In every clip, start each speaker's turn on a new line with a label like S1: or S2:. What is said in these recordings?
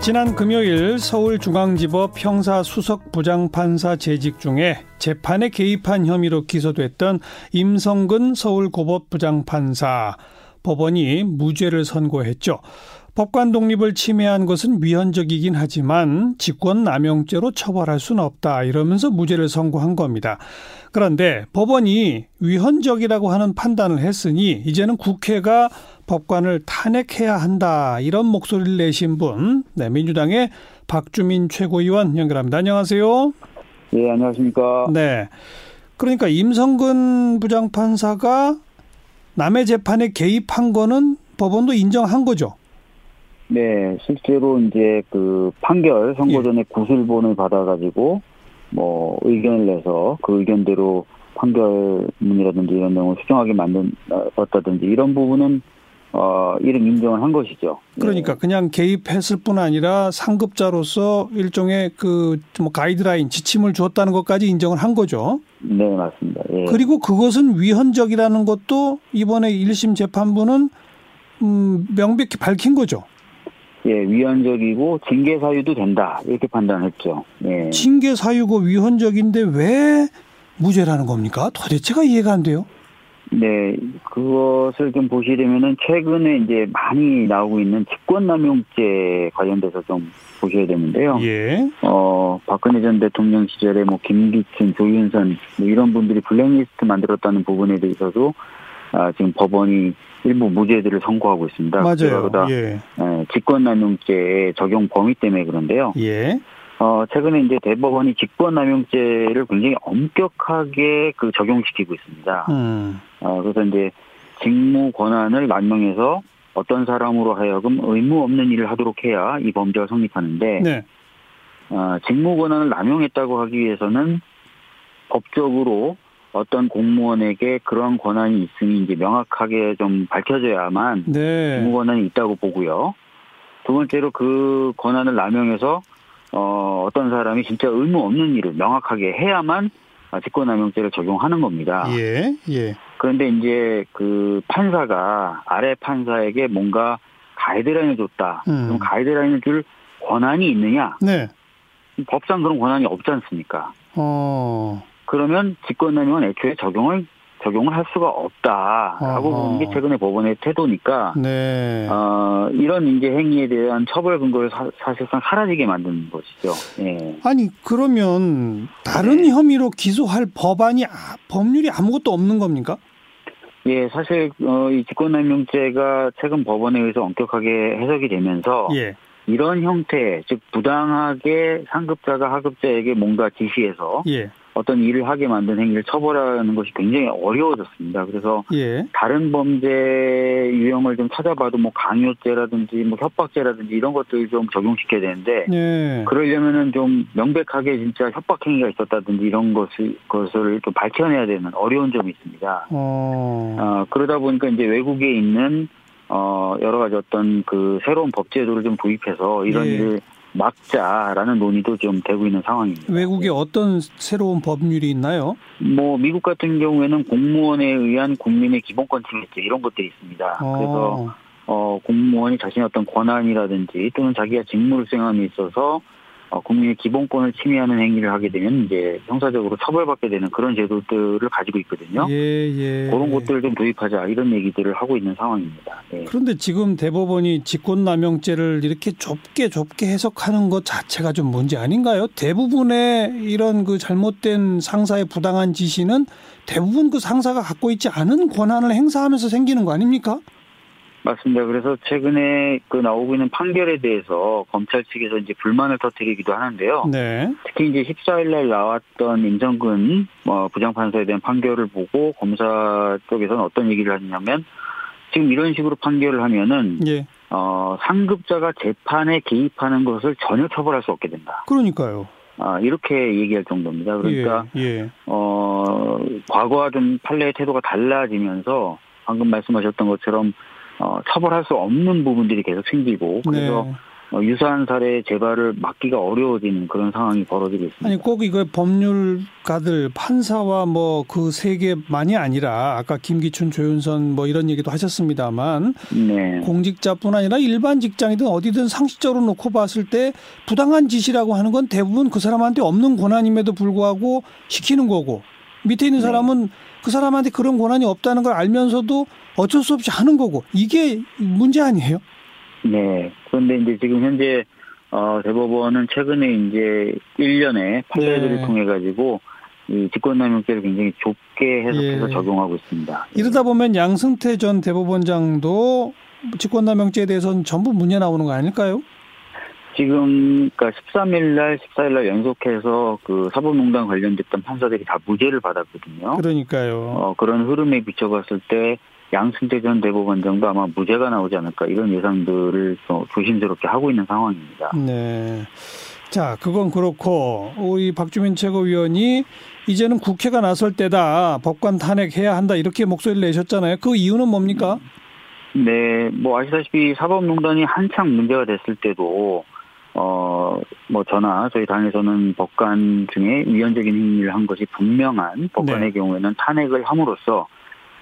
S1: 지난 금요일 서울중앙지법 형사수석부장판사 재직 중에 재판에 개입한 혐의로 기소됐던 임성근 서울고법부장판사 법원이 무죄를 선고했죠. 법관 독립을 침해한 것은 위헌적이긴 하지만 직권남용죄로 처벌할 수는 없다 이러면서 무죄를 선고한 겁니다. 그런데 법원이 위헌적이라고 하는 판단을 했으니 이제는 국회가 법관을 탄핵해야 한다 이런 목소리를 내신 분 네, 민주당의 박주민 최고위원 연결합니다. 안녕하세요.
S2: 예, 안녕하십니까.
S1: 네. 그러니까 임성근 부장판사가 남의 재판에 개입한 거는 법원도 인정한 거죠.
S2: 네, 실제로 이제 그 판결 선고
S1: 예.
S2: 전에 구술본을 받아가지고 뭐 의견을 내서 그 의견대로 판결문이라든지 이런 내용을 수정하게 만들었다든지 이런 부분은 어 이름 인정을 한 것이죠. 예,
S1: 그러니까 그냥 개입했을 뿐 아니라 상급자로서 일종의 그 뭐 가이드라인 지침을 주었다는 것까지 인정을 한 거죠.
S2: 네, 네, 맞습니다. 예.
S1: 그리고 그것은 위헌적이라는 것도 이번에 1심 재판부는 음, 명백히 밝힌 거죠.
S2: 예, 위헌적이고 징계 사유도 된다 이렇게 판단했죠. 예.
S1: 징계 사유고 위헌적인데 왜 무죄라는 겁니까? 도대체가 이해가 안 돼요.
S2: 네, 그것을 좀 보시게 되면은 최근에 이제 많이 나오고 있는 직권남용죄 관련돼서 좀 보셔야 되는데요.
S1: 예.
S2: 어, 박근혜 전 대통령 시절에 뭐 김기춘, 조윤선 뭐 이런 분들이 블랙리스트 만들었다는 부분에 대해서도 아, 지금 법원이 일부 무죄들을 선고하고 있습니다.
S1: 맞아요.
S2: 그러다
S1: 예.
S2: 예, 직권남용죄의 적용 범위 때문에 그런데요.
S1: 예.
S2: 어, 최근에 이제 대법원이 직권남용죄를 굉장히 엄격하게 그 적용시키고 있습니다.
S1: 음.
S2: 어, 그래서 이제 직무 권한을 남용해서 어떤 사람으로 하여금 의무 없는 일을 하도록 해야 이 범죄가 성립하는데
S1: 네.
S2: 어, 직무 권한을 남용했다고 하기 위해서는 법적으로 어떤 공무원에게 그런 권한이 있으니 이제 명확하게 좀 밝혀져야만 직무
S1: 네.
S2: 권한이 있다고 보고요. 두 번째로 그 권한을 남용해서 어, 어떤 사람이 진짜 의무 없는 일을 명확하게 해야만 아, 직권남용죄를 적용하는 겁니다.
S1: 예. 예.
S2: 그런데 이제 그 판사가 아래 판사에게 뭔가 가이드라인을 줬다.
S1: 음.
S2: 그럼 가이드라인을 줄 권한이 있느냐?
S1: 네.
S2: 법상 그런 권한이 없지 않습니까?
S1: 어.
S2: 그러면 직권남용은 애초에 적용을 적용을 할 수가 없다라고
S1: 어허.
S2: 보는 게 최근에 법원의 태도니까
S1: 네.
S2: 어, 이런 인제 행위에 대한 처벌 근거를 사, 사실상 사라지게 만드는 것이죠. 예.
S1: 아니 그러면 다른
S2: 네.
S1: 혐의로 기소할 법안이 아- 법률이 아무것도 없는 겁니까?
S2: 예, 사실 어, 이 직권남용죄가 최근 법원에 의해서 엄격하게 해석이 되면서
S1: 예.
S2: 이런 형태, 즉 부당하게 상급자가 하급자에게 뭔가 지시해서
S1: 예.
S2: 어떤 일을 하게 만든 행위를 처벌하는 것이 굉장히 어려워졌습니다. 그래서
S1: 예.
S2: 다른 범죄 유형을 좀 찾아봐도 뭐 강요죄라든지 뭐 협박죄라든지 이런 것들을 좀 적용시켜야 되는데
S1: 예.
S2: 그러려면은 좀 명백하게 진짜 협박 행위가 있었다든지 이런 것을 것을 좀 밝혀내야 되는 어려운 점이 있습니다.
S1: 어.
S2: 어, 그러다 보니까 이제 외국에 있는 어, 여러 가지 어떤 그 새로운 법제도를 좀 도입해서 이런
S1: 예.
S2: 일을 막자라는 논의도 좀 되고 있는 상황입니다.
S1: 외국에 어떤 새로운 법률이 있나요?
S2: 뭐 미국 같은 경우에는 공무원에 의한 국민의 기본권 침해죄 이런 것들이 있습니다. 아, 그래서
S1: 어.
S2: 어, 공무원이 자신의 어떤 권한이라든지 또는 자기가 직무를 수행함에 있어서 어, 국민의 기본권을 침해하는 행위를 하게 되면 이제 형사적으로 처벌받게 되는 그런 제도들을 가지고 있거든요.
S1: 예, 예.
S2: 그런 것들을 좀 도입하자 이런 얘기들을 하고 있는 상황입니다. 예.
S1: 그런데 지금 대법원이 직권남용죄를 이렇게 좁게 좁게 해석하는 것 자체가 좀 문제 아닌가요? 대부분의 이런 그 잘못된 상사의 부당한 지시는 대부분 그 상사가 갖고 있지 않은 권한을 행사하면서 생기는 거 아닙니까?
S2: 맞습니다. 그래서 최근에 그 나오고 있는 판결에 대해서 검찰 측에서 이제 불만을 터뜨리기도 하는데요.
S1: 네.
S2: 특히 이제 14일 날 나왔던 임성근 어, 부장판사에 대한 판결을 보고 검사 쪽에서는 어떤 얘기를 하냐면 지금 이런 식으로 판결을 하면은
S1: 예.
S2: 어, 상급자가 재판에 개입하는 것을 전혀 처벌할 수 없게 된다.
S1: 그러니까요.
S2: 아, 이렇게 얘기할 정도입니다. 그러니까
S1: 예. 예.
S2: 어, 과거와 좀 판례의 태도가 달라지면서 방금 말씀하셨던 것처럼 어, 처벌할 수 없는 부분들이 계속 생기고 그래서
S1: 네.
S2: 어, 유사한 사례의 재발을 막기가 어려워지는 그런 상황이 벌어지고 있습니다.
S1: 아니 꼭 이거 법률가들 판사와 뭐 그 세계만이 아니라 아까 김기춘 조윤선 뭐 이런 얘기도 하셨습니다만
S2: 네.
S1: 공직자뿐 아니라 일반 직장이든 어디든 상식적으로 놓고 봤을 때 부당한 짓이라고 하는 건 대부분 그 사람한테 없는 권한임에도 불구하고 시키는 거고 밑에 있는
S2: 네.
S1: 사람은 그 사람한테 그런 권한이 없다는 걸 알면서도 어쩔 수 없이 하는 거고 이게 문제 아니에요?
S2: 네. 그런데 이제 지금 현재 어, 대법원은 최근에 이제 1년에 판례들을
S1: 네.
S2: 통해 가지고 이 직권남용죄를 굉장히 좁게 해석해서
S1: 예.
S2: 적용하고 있습니다.
S1: 이러다 보면 양승태 전 대법원장도 직권남용죄에 대해서는 전부 문제 나오는 거 아닐까요?
S2: 지금 그러니까 13일 날, 14일 날 연속해서 그 사법농단 관련됐던 판사들이 다 무죄를 받았거든요.
S1: 그러니까요.
S2: 어, 그런 흐름에 비춰봤을 때 양승태 전 대법원장도 아마 무죄가 나오지 않을까 이런 예상들을 어, 조심스럽게 하고 있는 상황입니다.
S1: 네. 자, 그건 그렇고 우리 박주민 최고위원이 이제는 국회가 나설 때다. 법관 탄핵해야 한다. 이렇게 목소리를 내셨잖아요. 그 이유는 뭡니까?
S2: 네, 뭐 아시다시피 사법농단이 한창 문제가 됐을 때도 어, 뭐 저나 저희 당에서는 법관 중에 위헌적인 행위를 한 것이 분명한 법관의 경우에는 탄핵을 함으로써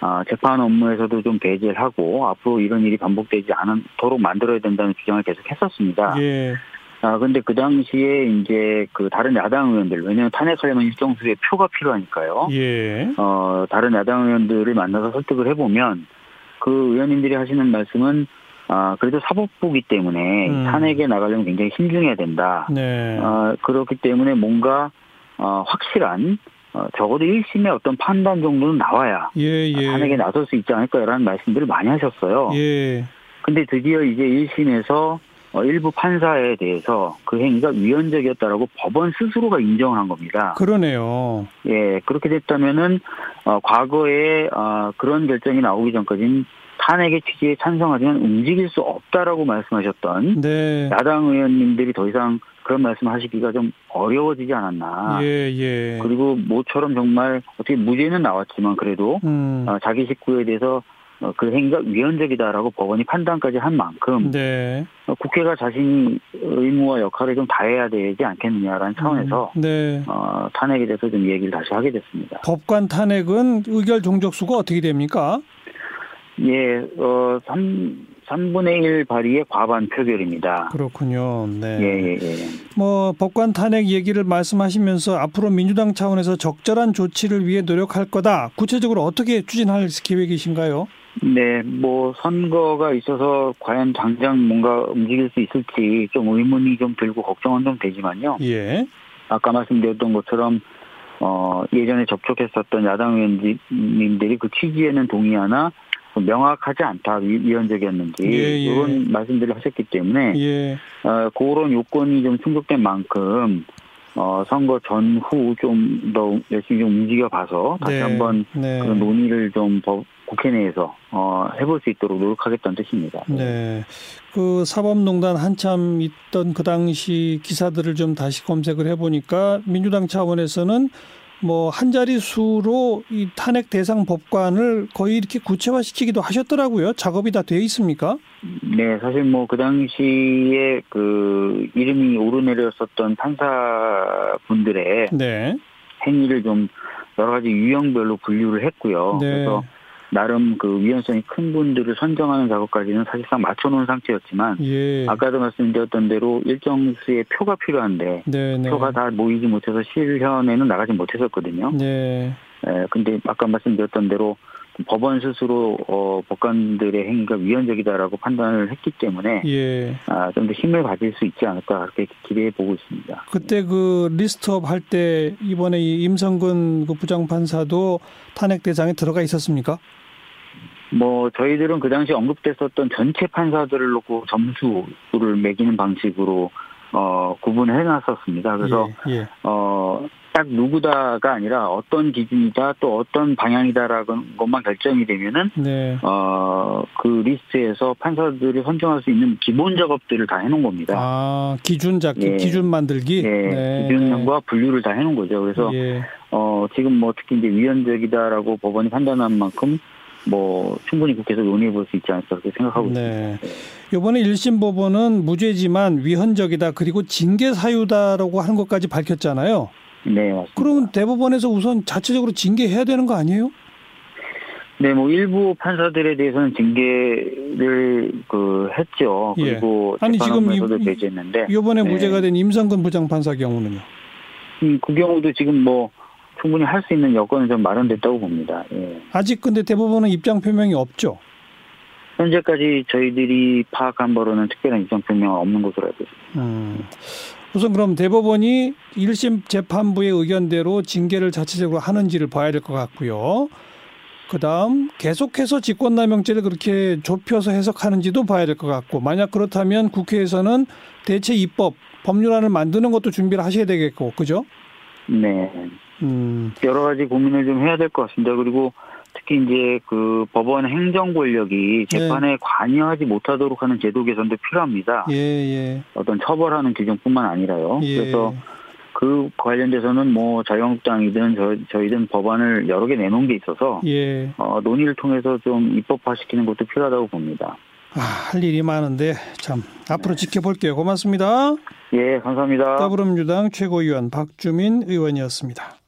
S2: 아, 재판 업무에서도 좀 배제를 하고 앞으로 이런 일이 반복되지 않도록 만들어야 된다는 주장을 계속 했었습니다.
S1: 예.
S2: 아, 근데 그 당시에 이제 그 다른 야당 의원들, 왜냐면 탄핵하려면 일정 수의 표가 필요하니까요.
S1: 예.
S2: 어, 다른 야당 의원들을 만나서 설득을 해보면 그 의원님들이 하시는 말씀은 아, 그래도 사법부기 때문에
S1: 음.
S2: 탄핵에 나가려면 굉장히 신중해야 된다.
S1: 네.
S2: 아, 그렇기 때문에 뭔가 어, 확실한 어, 적어도 1심의 어떤 판단 정도는 나와야
S1: 예,
S2: 아, 탄핵에
S1: 예.
S2: 나설 수 있지 않을까라는 말씀들을 많이 하셨어요.
S1: 예.
S2: 근데 드디어 이제 1심에서 어, 일부 판사에 대해서 그 행위가 위헌적이었다라고 법원 스스로가 인정한 겁니다.
S1: 그러네요.
S2: 예, 그렇게 됐다면은 어, 과거에 아, 그런 결정이 나오기 전까지는 탄핵의 취지에 찬성하지만 움직일 수 없다라고 말씀하셨던
S1: 네.
S2: 야당 의원님들이 더 이상 그런 말씀하시기가 좀 어려워지지 않았나.
S1: 예, 예.
S2: 아, 그리고 모처럼 정말 어떻게 무죄는 나왔지만 그래도
S1: 음.
S2: 어, 자기 식구에 대해서 어, 그 행위가 위헌적이다라고 법원이 판단까지 한 만큼
S1: 네.
S2: 어, 국회가 자신이 의무와 역할을 좀 다해야 되지 않겠느냐라는 차원에서
S1: 음, 네.
S2: 어, 탄핵에 대해서 좀 얘기를 다시 하게 됐습니다.
S1: 법관 탄핵은 의결 종족수가 어떻게 됩니까?
S2: 예, 어, 3, 3분의 1 발의의 과반 표결입니다.
S1: 그렇군요. 네.
S2: 아. 예, 예, 예.
S1: 뭐 법관 탄핵 얘기를 말씀하시면서 앞으로 민주당 차원에서 적절한 조치를 위해 노력할 거다. 구체적으로 어떻게 추진할 계획이신가요?
S2: 네, 뭐, 선거가 있어서 과연 당장 뭔가 움직일 수 있을지 좀 의문이 좀 들고 걱정은 좀 되지만요.
S1: 예.
S2: 아까 말씀드렸던 것처럼, 어, 예전에 접촉했었던 야당 의원님들이 그 취지에는 동의하나 명확하지 않다, 위- 위헌적이었는지.
S1: 예, 예.
S2: 이런 말씀들을 하셨기 때문에.
S1: 예.
S2: 어, 그런 요건이 좀 충족된 만큼 어, 선거 전후 좀 더 열심히 좀 움직여봐서 다시
S1: 네.
S2: 한번
S1: 네.
S2: 그런 논의를 좀 법- 국회 내에서 어, 해볼 수 있도록 노력하겠다는 뜻입니다.
S1: 네. 그 사법농단 한참 있던 그 당시 기사들을 좀 다시 검색을 해보니까 민주당 차원에서는 뭐 한 자리 수로 이 탄핵 대상 법관을 거의 이렇게 구체화시키기도 하셨더라고요. 작업이 다 돼 있습니까?
S2: 네, 사실 뭐 그 당시에 그 이름이 오르내렸었던 판사분들의
S1: 네.
S2: 행위를 좀 여러 가지 유형별로 분류를 했고요.
S1: 네.
S2: 어, 그래서 나름 그 위헌성이 큰 분들을 선정하는 작업까지는 사실상 맞춰놓은 상태였지만
S1: 예.
S2: 아까도 말씀드렸던 대로 일정 수의 표가 필요한데
S1: 네, 네.
S2: 표가 다 모이지 못해서 실현에는 나가지 못했었거든요.
S1: 네.
S2: 예, 근데 아까 말씀드렸던 대로 법원 스스로 어, 법관들의 행위가 위헌적이다라고 판단을 했기 때문에
S1: 예.
S2: 아, 좀 더 힘을 가질 수 있지 않을까 그렇게 기대해 보고 있습니다.
S1: 그때 그 리스트업 할 때 이번에 이 임성근 그 부장판사도 탄핵 대상에 들어가 있었습니까?
S2: 아, 뭐 저희들은 그 당시 언급됐었던 전체 판사들을 놓고 점수를 매기는 방식으로 어, 구분해 놨었습니다. 그래서
S1: 예. 예.
S2: 어, 딱 누구다가 아니라 어떤 기준이다 또 어떤 방향이다라는 것만 결정이 되면은,
S1: 네.
S2: 어, 그 리스트에서 판사들이 선정할 수 있는 기본 작업들을 다 해놓은 겁니다.
S1: 아, 기준 잡기,
S2: 예.
S1: 기준 만들기. 네.
S2: 예, 기준과 분류를 다 해놓은 거죠. 그래서,
S1: 예.
S2: 어, 지금 뭐 특히 이제 위헌적이다라고 법원이 판단한 만큼 뭐 충분히 국회에서 논의해 볼 수 있지 않을까 그렇게 생각하고 있습니다.
S1: 네. 이번에 1심 법원은 무죄지만 위헌적이다 그리고 징계 사유다라고 한 것까지 밝혔잖아요.
S2: 네, 맞습니다.
S1: 그러면 대법원에서 우선 자체적으로 징계해야 되는 거 아니에요?
S2: 네, 뭐 일부 판사들에 대해서는 징계를 그 했죠.
S1: 예.
S2: 그리고
S1: 아니, 지금
S2: 재판원에서도
S1: 이- 예.
S2: 제지했는데
S1: 이번에
S2: 네.
S1: 무죄가 된 임성근 부장판사 경우는요.
S2: 음, 그 경우도 지금 뭐 충분히 할 수 있는 여건은 좀 마련됐다고 봅니다. 예.
S1: 아직 근데 대법원은 입장 표명이 없죠.
S2: 현재까지 저희들이 파악한 바로는 특별한 입장 표명은 없는 것으로 알고 있습니다.
S1: 음. 우선 그럼 대법원이 1심 재판부의 의견대로 징계를 자체적으로 하는지를 봐야 될 것 같고요. 그다음 계속해서 직권남용죄를 그렇게 좁혀서 해석하는지도 봐야 될 것 같고 만약 그렇다면 국회에서는 대체 입법 법률안을 만드는 것도 준비를 하셔야 되겠고 그죠?
S2: 네.
S1: 음.
S2: 여러 가지 고민을 좀 해야 될 것 같습니다. 그리고 특히 이제 그 법원 행정
S1: 네.
S2: 권력이 재판에 관여하지 못하도록 하는 제도 개선도 필요합니다.
S1: 예, 예.
S2: 어떤 처벌하는 규정뿐만 아니라요.
S1: 예.
S2: 어? 그래서 그 관련돼서는 뭐 자유한국당이든 저, 저희든 법안을 여러 개 내놓은 게 있어서
S1: 예.
S2: 어, 논의를 통해서 좀 입법화시키는 것도 필요하다고 봅니다.
S1: 아, 할 일이 많은데 참 앞으로 지켜볼게요. 고맙습니다.
S2: 예, 감사합니다.
S1: 더불어민주당 최고위원 박주민 의원이었습니다.